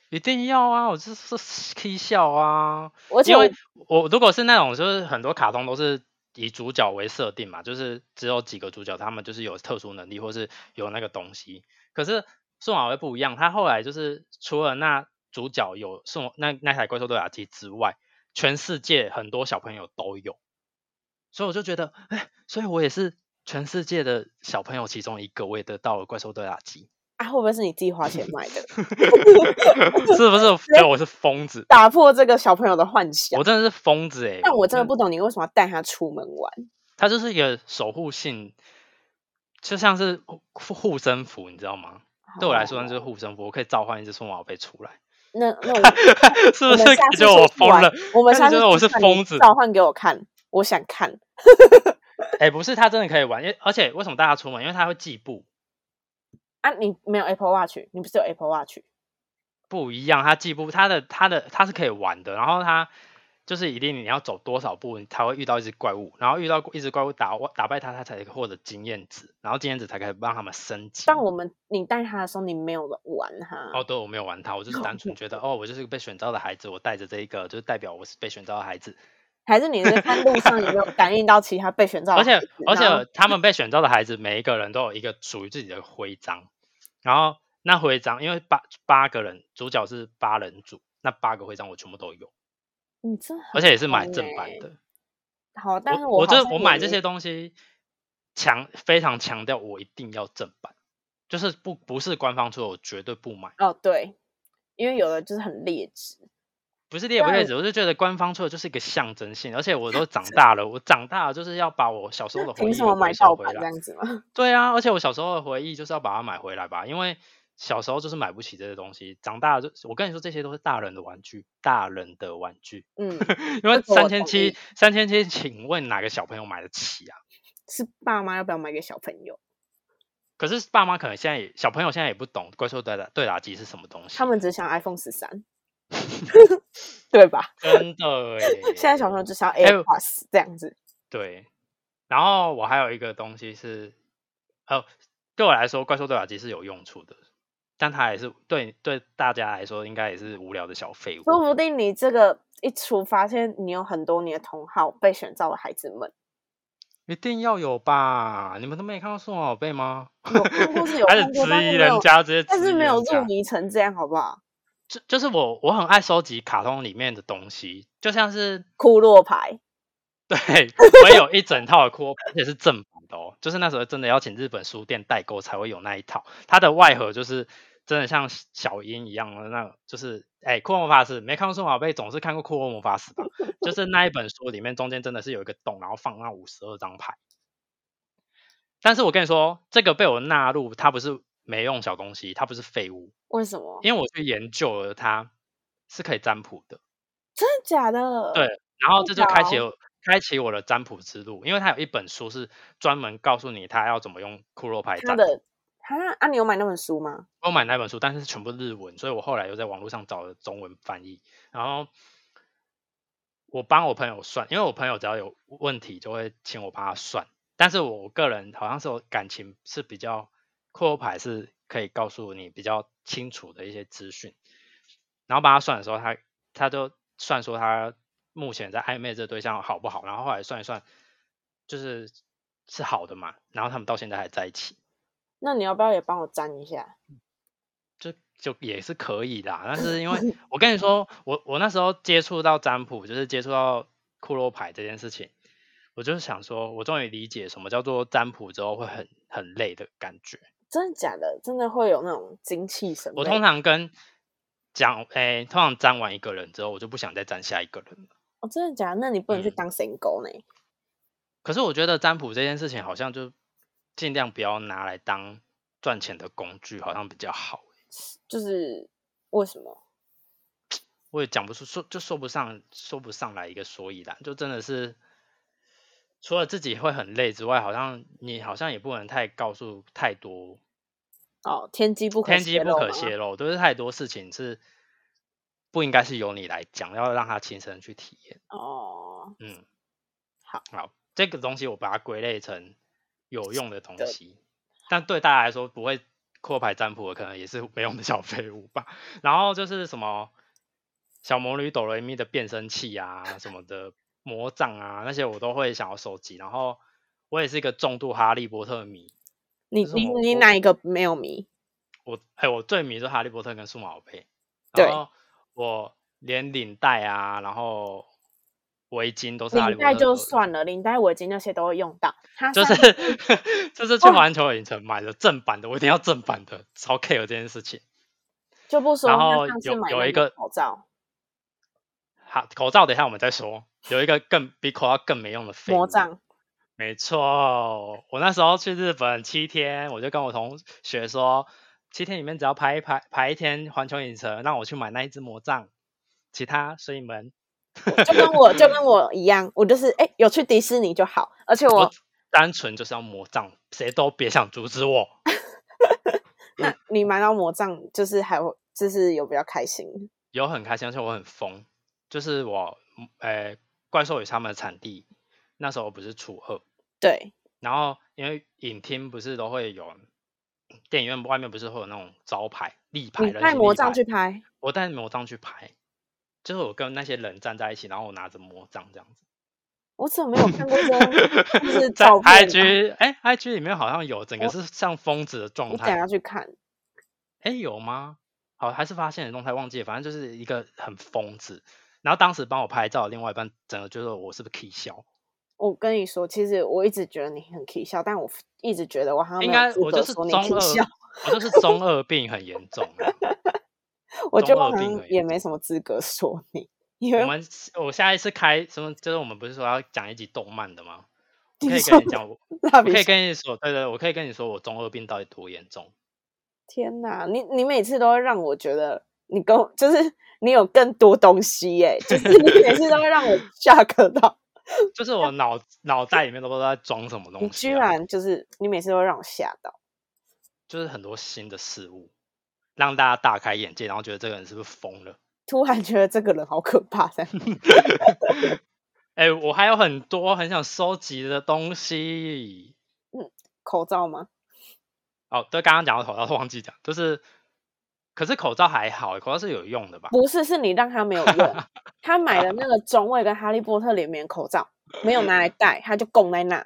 一定要啊！我就是是 K 笑啊，
而且
因
我
为我如果是那种就是很多卡通都是以主角为设定嘛，就是只有几个主角他们就是有特殊能力或是有那个东西。可是数码宝贝不一样，他后来就是除了那主角有送那那台怪兽对打机之外，全世界很多小朋友都有，所以我就觉得，哎，所以我也是全世界的小朋友其中一个，我也得到了怪兽对打 机，
啊，会不会是你自己花钱买的？
是不是？觉得我是疯子，
打破这个小朋友的幻想
我。真的是疯子哎、
但我真的
不。
不懂你为什么要带他出门玩。
它就是一个守护性，就像是护护身符，你知道吗？对我来说，那就是护身符，我可以召唤一只数码宝贝出来，
那那我我
是不是
们下次
觉得我
出去
疯
玩
了？
我们下
但是
次
真的我是
出去玩你
疯子
召唤给我看，我想看。
哎、不是，它真的可以玩，因为而且为什么大家出门？因为它会计步，
啊，你没有 Apple Watch，你不是有 Apple Watch？
不一样，它计步，它的它的它是可以玩的，然后它就是一定你要走多少步，你才会遇到一只怪物，然后遇到一只怪物打打败它，它才可以获得经验值，然后经验值才可以让他们升级。
但我们你带他的时候，你没有玩他。
哦，对，我没有玩它，我就是单纯觉得，哦，我就是个被选召的孩子，我带着这一个，就是代表我是被选召的孩子。
还是你是看路上 有没有感应到其他被选召的
而且
孩子？
而
然后
且他们被选召的孩子，每一个人都有一个属于自己的徽章，然后那徽章因为八八个人，主角是八人组，那八个徽章我全部都有，
你真的很
而且也是买
疯欸
正版的。
好，但是
我
我
这
好像
我买
也
这些东西强非常强调，我一定要正版，就是不不是官方出的，我绝对不买。
哦，对，因为有的就是很劣质，
不是劣不
对
劣质，我就觉得官方出的就是一个象征性，而且我 都长大了，我长大了就是要把我小时候的回
凭
忆
什么
给
买
回收
盗
回
版
来
这样子嘛？
对啊，而且我小时候的回忆就是要把它买回来吧，因为小时候就是买不起这些东西，长大了就我跟你说，这些都是大人的玩具，大人的玩具，
嗯，
因
这
为
个我
三千
同
七
意，
三千七，请问哪个小朋友买得起啊？
是爸妈要不要买给小朋友？
可是爸妈可能现在也小朋友现在也不懂怪兽对打对打机是什么东西，
他们只想 iPhone 十 三，对吧？
真的哎、
现在小朋友只想
哎
AirPods 这样子。
对，然后我还有一个东西是，呃，对我来说，怪兽对打机是有用处的，但它也是对对大家来说应该也是无聊的小废物。
说不定你这个一出，发现你有很多你的同好被选召的孩子们，
一定要有吧？你们都没看到数码宝贝吗？
有看过是有
开始
看过但
质
是
疑
没
人
有
家，直接
但
质
是
疑
没有
人家
入迷成这样，好不好？
就就是我我很爱收集卡通里面的东西，就像是
库洛牌，
对我也有一整套的酷，而且是正版的哦，就是那时候真的要请日本书店代购才会有那一套，它的外盒就是。真的像小樱一样的那种，就是哎，库洛魔法使没看过数码宝贝，总是看过库洛魔法使吧？就是那一本书里面中间真的是有一个洞，然后放那五十二张牌。但是我跟你说，这个被我纳入，它不是没用小东西，它不是废物，
为什么？
因为我去研究了它是可以占卜的，
真的假的？
对然后
真
这
的
就开启
哦
了开启我的占卜之路，因为它有一本书是专门告诉你他要怎么用骷髅牌
他
占卜。
的啊啊，你有买那本书吗？
我买那本书，但是全部日文，所以我后来又在网络上找了中文翻译，然后我帮我朋友算，因为我朋友只要有问题就会请我帮他算，但是我个人好像是我感情是比较骷髅牌是可以告诉你比较清楚的一些资讯，然后帮他算的时候，他他就算说他目前在暧昧这对象好不好，然后后来算一算就是是好的嘛，然后他们到现在还在一起。
那你要不要也帮我粘一下？
就就也是可以啦，但是因为我跟你说，我我那时候接触到占卜，就是接触到库洛牌这件事情，我就是想说，我终于理解什么叫做占卜之后会很很累的感觉。
真的假的？真的会有那种精气神被？
我通常跟讲，哎、通常占完一个人之后，我就不想再占下一个人了。
哦，真的假的？那你不能去
嗯
当神狗呢？
可是我觉得占卜这件事情好像就尽量不要拿来当赚钱的工具，好像比较好。
就是为什么？
我也讲不出说，就说不上，说不上来一个所以然，就真的是除了自己会很累之外，好像你好像也不能太告诉太多，
哦，天机不可
天机不可
泄露
泄露，就是太多事情是不应该是由你来讲，要让他亲身去体验。
嘛哦，
嗯，
好，
好，这个东西我把它归类成有用的东
对
西，但对大家来说不会扩牌占卜的，可能也是没用的小废物吧。然后就是什么小魔女哆瑞咪的变声器啊，什么的魔杖啊，那些我都会想要收集。然后我也是一个重度哈利波特迷，
你
就是
你
我
你
我
哪一个没有迷？
我哎、我最迷就是哈利波特跟数码宝贝，
对
然后我连领带啊，然后围巾都是哈利
领
波特
带
的
就
东西
算了，领带、围巾那些都会用到。 它
就是
上面
就是去
哦
环球影城买的正版的，我一定要正版的，超 care 这件事情。
就不说，
然
它
后
上次
有
买
有
那
一个
口罩
好，口罩等一下我们再说。有一个更比口罩更没用的废物
魔，杖，
没错。我那时候去日本七天，我就跟我同学说，七天里面只要排一排排一天环球影城，让我去买那一只魔杖，其他随你们。
就跟我就跟我一样，我就是哎、有去迪士尼就好。而且我
我单纯就是要魔杖，谁都别想阻止我。嗯
那你买到魔杖，就是还会就是有比较开心。
有很开心，而且我很疯，就是我，诶、怪兽与他们的产地，那时候不是初二，
对，
然后因为影厅不是都会有，电影院外面不是会有那种招牌立牌，
你
人
带
形
魔
立
杖
牌
去，拍，
我带魔杖去拍，就是我跟那些人站在一起，然后我拿着魔杖这样子，
我怎么没有看 过这种就是
在
照片啊哦
IG，哎、i g 里面好像有，整个是像疯子的状
我等
态，
下去看。
哎，有吗？好，还是发现的动态忘记了，反正就是一个很疯子。然后当时帮我拍照的另外一半，整个就是我是不是 K 笑？
我跟你说，其实我一直觉得你很 k 笑，但我一直觉得我好像
应
没有
该
资
我就
格
是
说
中
你 k 笑
二，，我就是中二病很严重啊。
我觉得
中
我
二
好
病
像
而已
也没什么资格说你，因
我
为
们我下一次开什么？就是我们不是说要讲一集动漫的吗？我
你
可以
说
跟你讲，我
蜡
我
笔
可以
小
跟你说，对对，我可以跟你说我中二病到底多严重。
天哪，你你每次都会让我觉得你跟我就是 你有更多东西耶、就是你每次都会让我下课到，
就是我脑脑袋里面都不知道在装什么 东西、
你
啊，
居然就是你每次都会让我吓到，
就是很多新的事物，让大家大开眼界，然后觉得这个人是不是疯了？
突然觉得这个人好可怕 的。
哎、我还有很多很想收集的东西。
口罩吗？
哦，对，刚刚讲到口罩，忘记讲，就是，可是口罩还好，欸口罩是有用的吧？
不是，是你让他没有 用。他买了那个中卫跟哈利波特联名口罩，没有拿来戴，他就供在那，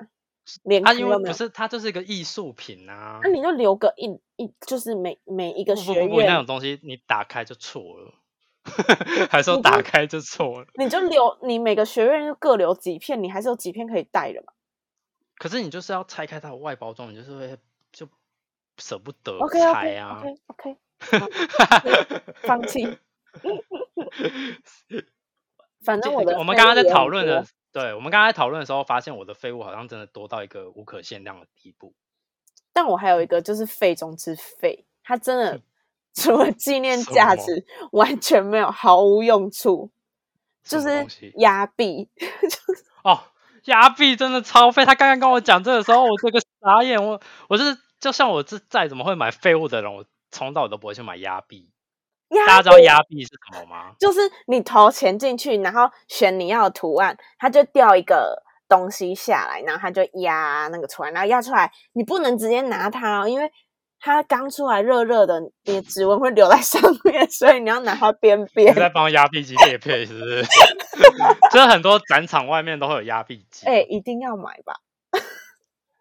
连
它
看
啊因
都
为
没
不
有。
是，它就是一个艺术品啊。
那你就留个一一，就是每每一个
不不
学
不不，那
院
种，东西你打开就错了， 还说
你
打
就
开就错了。
你就留你每个学院就各留几片，你还是有几片可以戴的嘛。
可是你就是要拆开它的外包装，你就是会就舍不得
OK
拆
OK
啊。
OK OK，
放
放 弃。反正我的
我们
废
刚刚
物
在
也
讨
很
论
多
的，对，我们刚刚在讨论的时候，发现我的废物好像真的多到一个无可限量的地步。
但我还有一个就是肺中之肺，它真 的除了纪念
什
价
么
值，完全没有，毫无用处，就
什么
是
东西
压币。
哦，压币真的超废。他刚刚跟我讲这个时候，我这个傻眼，我我就是就像我这再怎么会买废物的人，我从到尾都不会去买压币。大
压
家知道
币
压币是什么吗？
就是你投钱进去，然后选你要的图案，它就掉一个东西下来，然后它就压那个出来，然后压出来，你不能直接拿它哦，因为它刚出来热热的，你的指纹会留在上面， 所以你要拿它边
你
边
是。在帮压币机列配是不是？ 就是很多展场外面都会有压币机。
哎、一定要买吧？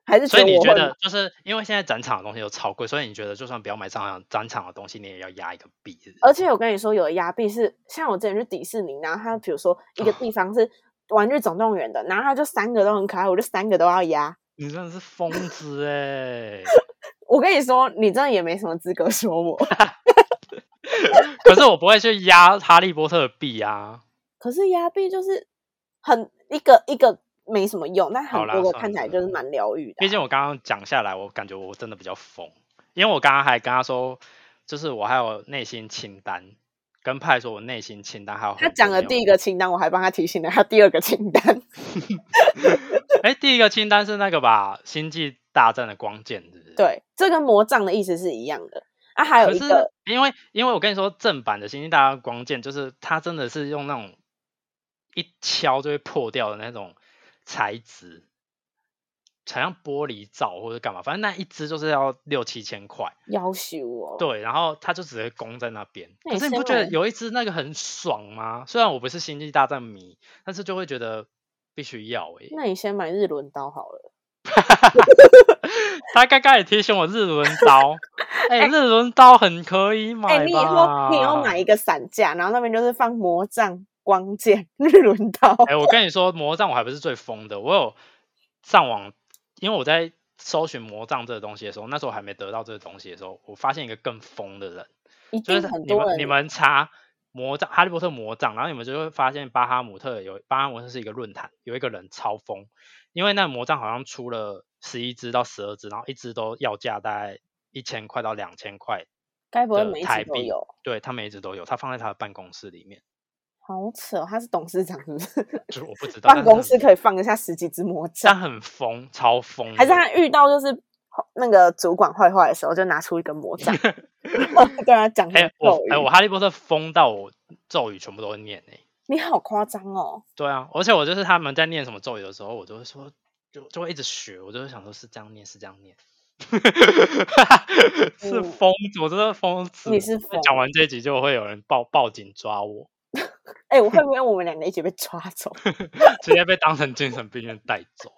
还是
所以你
我
觉
会
得，就是因为现在展场的东西都超贵，所以你觉得就算不要买展场展场的东西，你也要压一个币。是不是
而且我跟你说，有的压币是像我之前去迪士尼，然后它比如说一
啊
个地方是《玩具总动员》的，然后它就三个都很可爱，我就三个都要压。
你真的是疯子哎、
我跟你说，你真的也没什么资格说我。
可是我不会去压哈利波特的币啊。
可是压币就是很一个一个没什么用，但
好
很
啦
多个
算
看起
了
来就是蛮疗愈的
毕
啊。
竟我刚刚讲下来，我感觉我真的比较疯，因为我刚刚还跟他说，就是我还有内心清单，跟派说我内心清单还有
他
很多
讲了
没有
第一个清单，我还帮他提醒了他第二个清单。
哎，第一个清单是那个吧，《星际大战》的光剑，是不是？。
对，这跟魔杖的意思是一样的啊。还有
可
一
是
个，
因为因为我跟你说，正版的《星际大战》光剑，就是它真的是用那种一敲就会破掉的那种材质，好像玻璃罩或者干嘛，反正那一只就是要六七千块。
要求哦，
对，然后它就只会供在那边。
那
可
也
是你
是
不觉得
会
有一只那个很爽吗？虽然我不是《星际大战》迷，但是就会觉得必须要欸诶、
那你先买日轮刀好了。
他刚刚也提醒我日轮刀， 哎、日轮刀很可以买吧？
哎、你以后你以后买一个伞架，然后那边就是放魔杖、光剑、 日轮刀。
哎、我跟你说，魔杖我还不是最疯的，我有上网，因为我在搜寻魔杖这个东西的时候，那时候还没得到这个东西的时候，我发现一个更疯的人，
一
就
定
是
很
你
多
们
人
你们查魔杖《哈利波特》魔杖，然后你们就会发现巴哈姆特有巴哈姆特是一个论坛，有一个人超疯，因为那魔杖好像出了十一只到十二只，然后一只都要价大概一千块到两千块，
该不会
的
每一
台
次都
币
有？
对他每一只都有，他放在他的办公室里面，
好扯、哦，他是董事长是不是？
就是我不知道
办公室
以，
可以放得下十几支魔
但
杖，
很疯，超疯的，
还是他遇到就是那个主管坏坏的时候，就拿出一个魔 杖，然后对他讲
哎、
成咒
我
语
哎、我哈利波特疯到我咒语全部都会念哎、
你好夸张哦！
对啊，而且我就是他们在念什么咒语的时候，我都会说，就就会一直学，我就会想说是这样念，是这样念， 是
嗯
疯子，我真的疯子。
你是疯
讲完这一集就会有人报报警抓我，
哎、我会不会我们两个一起被抓走？
直接被当成精神病院带走。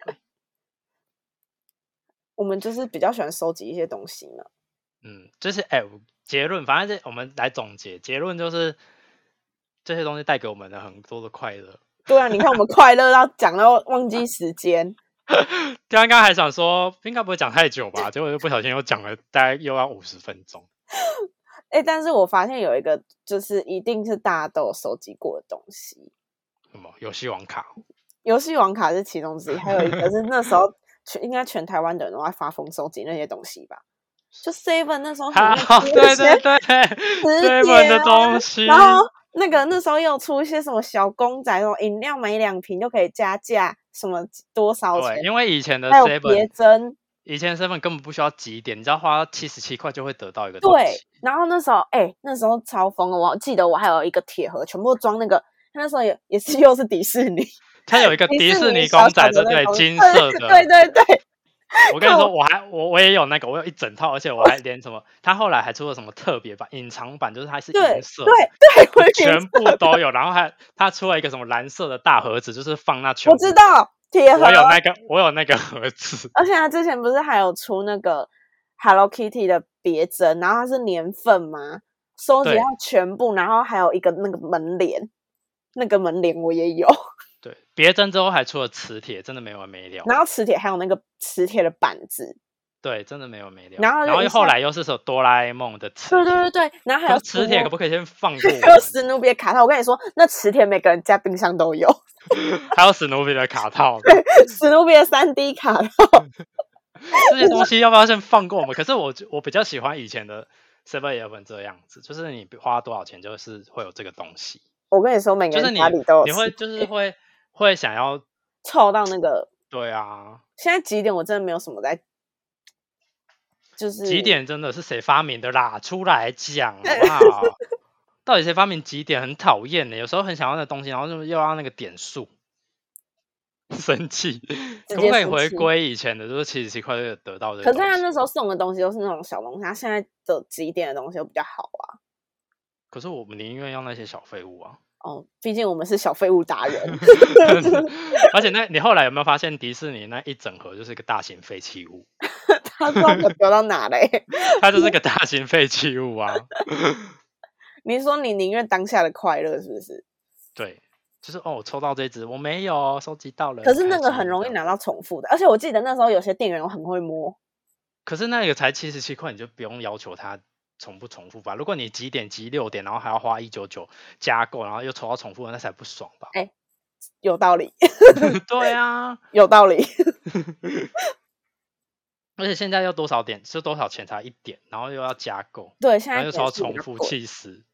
我们就是比较喜欢收集一些东西嘛。
嗯，就是哎、我结论，反正这我们来总结，结论就是这些东西带给我们的很多的快乐。
对啊，你看我 们快乐到讲到忘记时间，
刚刚还想说应该不会讲太久吧，结果又不小心又讲了大概又要五十分钟。
哎、但是我发现有一个就是一定是大家都有收集过的东西，
什么游戏王卡？
游戏王卡是其中之一，还有一个是那时候全应该全台湾的人都在发疯收集那些东西吧。 就 Seven 那时候很爱
好，
出一
对
些
对对
磁
，seven
铁
的
啊
东西，
然后那个那时候又出一些什么小公仔，什么饮料买两瓶就可以加价，什么多少
对，
钱，
因为以前的
还有别
seven，
针，
以前 seven 根本不需要几点，你只要花七十七块就会得到一个东
对
西。，
然后那时候，哎、那时候超疯的，我记得我还有一个铁盒，全部装那个，他那时候也也是又是迪士 尼，
它有一个迪士尼
小
公
小的
仔，
那
对不对？
种
金色的，
对对对对，
我跟你
看
说，我还我我也有那个，我有一整套，而且我还连什么，它后来还出了什么特别版、隐藏版，就是它是
对
银色的，
对对，我也
全 部都有。然后还它出了一个什么蓝色的大盒子，就是放那球。
我知，道铁盒
我，有 那个，我有那个盒子。
而且他之前不是还有出那个 Hello Kitty 的别针，然后它是年份吗？收集
对
到全部，然后还有一个那个门帘，那个门帘我也有，
对，别针之后还出了磁铁，真的没完没了。
然后磁铁还有那个磁铁的板子，
对，真的没完没了。
然后就一
又后
下
来又是首哆啦 A 梦的磁
对
铁，
对对对，然后还
可
有
是磁
什
铁可
么
不可以先放过 我
还有
们？
史努比的卡套，我跟你说，那磁铁每个人家冰箱都有，
还有史努比的卡套，
史努比的三 D 卡套，
这些东西要不要先放过我们？可是我觉我比较喜欢以前的 Seven Eleven 这样子，就是你花多少钱，就是会有这个东西，
我跟你说，每个
就是
人
你
家里都有
你
磁，
会就是会会想要
凑到那个。
对啊，
现在几点？我真的没有什么在，就是
几？点真的是谁发明的啦？出来讲好 不好？到底谁发明几点？很讨厌呢。有时候很想要那东西，然后就又要那个点数， 生气。可不
接
可以
生
回
气
归以前的，就是七十七块就得到的？
可是他那时候送的东西都是那种小东西，他现在的几点的东西都比较好啊。
可是我们宁愿要那些小废物啊。
哦，毕竟我们是小废物达 人，
而且那你后来有没有发现迪士尼那一整盒就是个大型废弃物？
他不知道我丢到哪嘞、
它就是个大型废弃物啊。
你说你宁愿当下的快乐是不是？
对，就是哦，我抽到这只，我没有收集到了。
可是那
开
个
心
很容易
这样
拿到重复的，而且我记得那时候有些店员我很会摸，
可是那个才七十七块，你就不用要求它重不重复吧？如果你几点集六点，然后还要花一九九加购，然后又抽到重复的，那才不爽 吧？
哎有道理，
对啊，
有道理。
而且现在要多少点，就多少钱才一点，然后又要加购，
对，现
然
在
后
点
又抽到
数比
重
较
复，
贵
气死！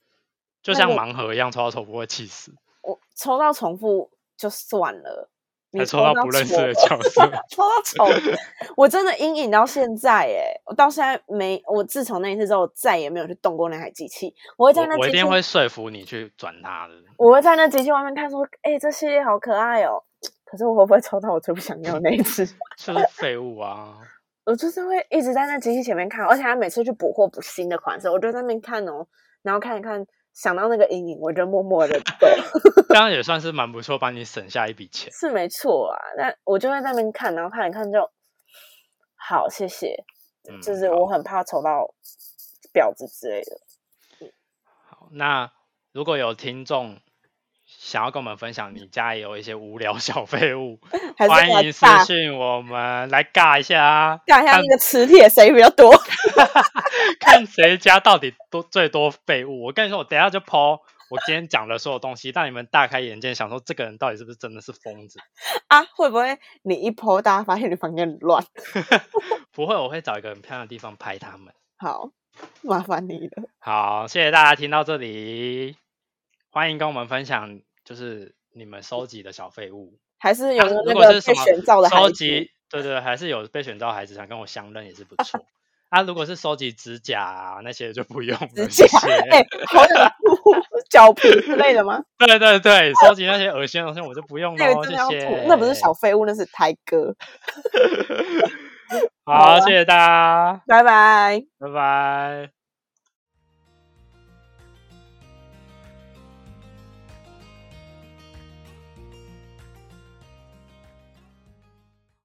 就
那
像
我
盲盒一样，抽到重复会气死。
我抽到重复就算了，你
还抽到
到
不认识
丑
的角 色，
抽到丑的，我真的阴影到现在哎、我到现在没，我自从那一次之后，我再也没有去动过那台机器。 我会在那
我我
机
一
器，
定会说服你去转它的。
我会在那机器外面看说，哎、这系列好可爱哦、可是我会不会抽到我最不想要的那一只？
就是废物啊！
我就是会一直在那机器前面看，而且他每次去补货补新的款式，我就在那边看哦，然后看一看，想到那个阴影，我就默默的走，
这样也算是蛮不错，帮你省下一笔钱。
是没错啊。那我就会在那边看，然后看一看就，好，谢谢。
嗯
就是
好
我很怕抽到婊子之类的。
好那如果有听众想要跟我们分享你家里有一些无聊小废物，
还是
欢
我
迎私
大
信我们来尬一下啊，
看一下那个磁铁谁比较 多。
看谁家到底多最多废物。我跟你说，我等一下就抛我今天讲的所有东西，让你们大开眼界，想说这个人到底是不是真的是疯子？
啊，会不会你一剖，大家发现你房间很乱？
不会，我会找一个很漂亮的地方拍他们。
好，麻烦你了。
好，谢谢大家听到这里，欢迎跟我们分享，就是你们收集的小废物。
还是有
啊
没有
如
那
果
个
是什
被
么
选召的孩
收
子？
集，对对，还是有被选召的孩子想跟我相认也是不 错。啊，如果是收集指甲、啊、那些就不用
指
了，
甲
谢谢。
哎、好想吐 脚皮之类的 吗？
对对对，收集那些恶心的东西我就不用
那
了，
个真的要
谢
吐
谢。，
那不是小废物，那是胎哥。好
好，
啊
谢谢大家，
拜拜。
拜拜。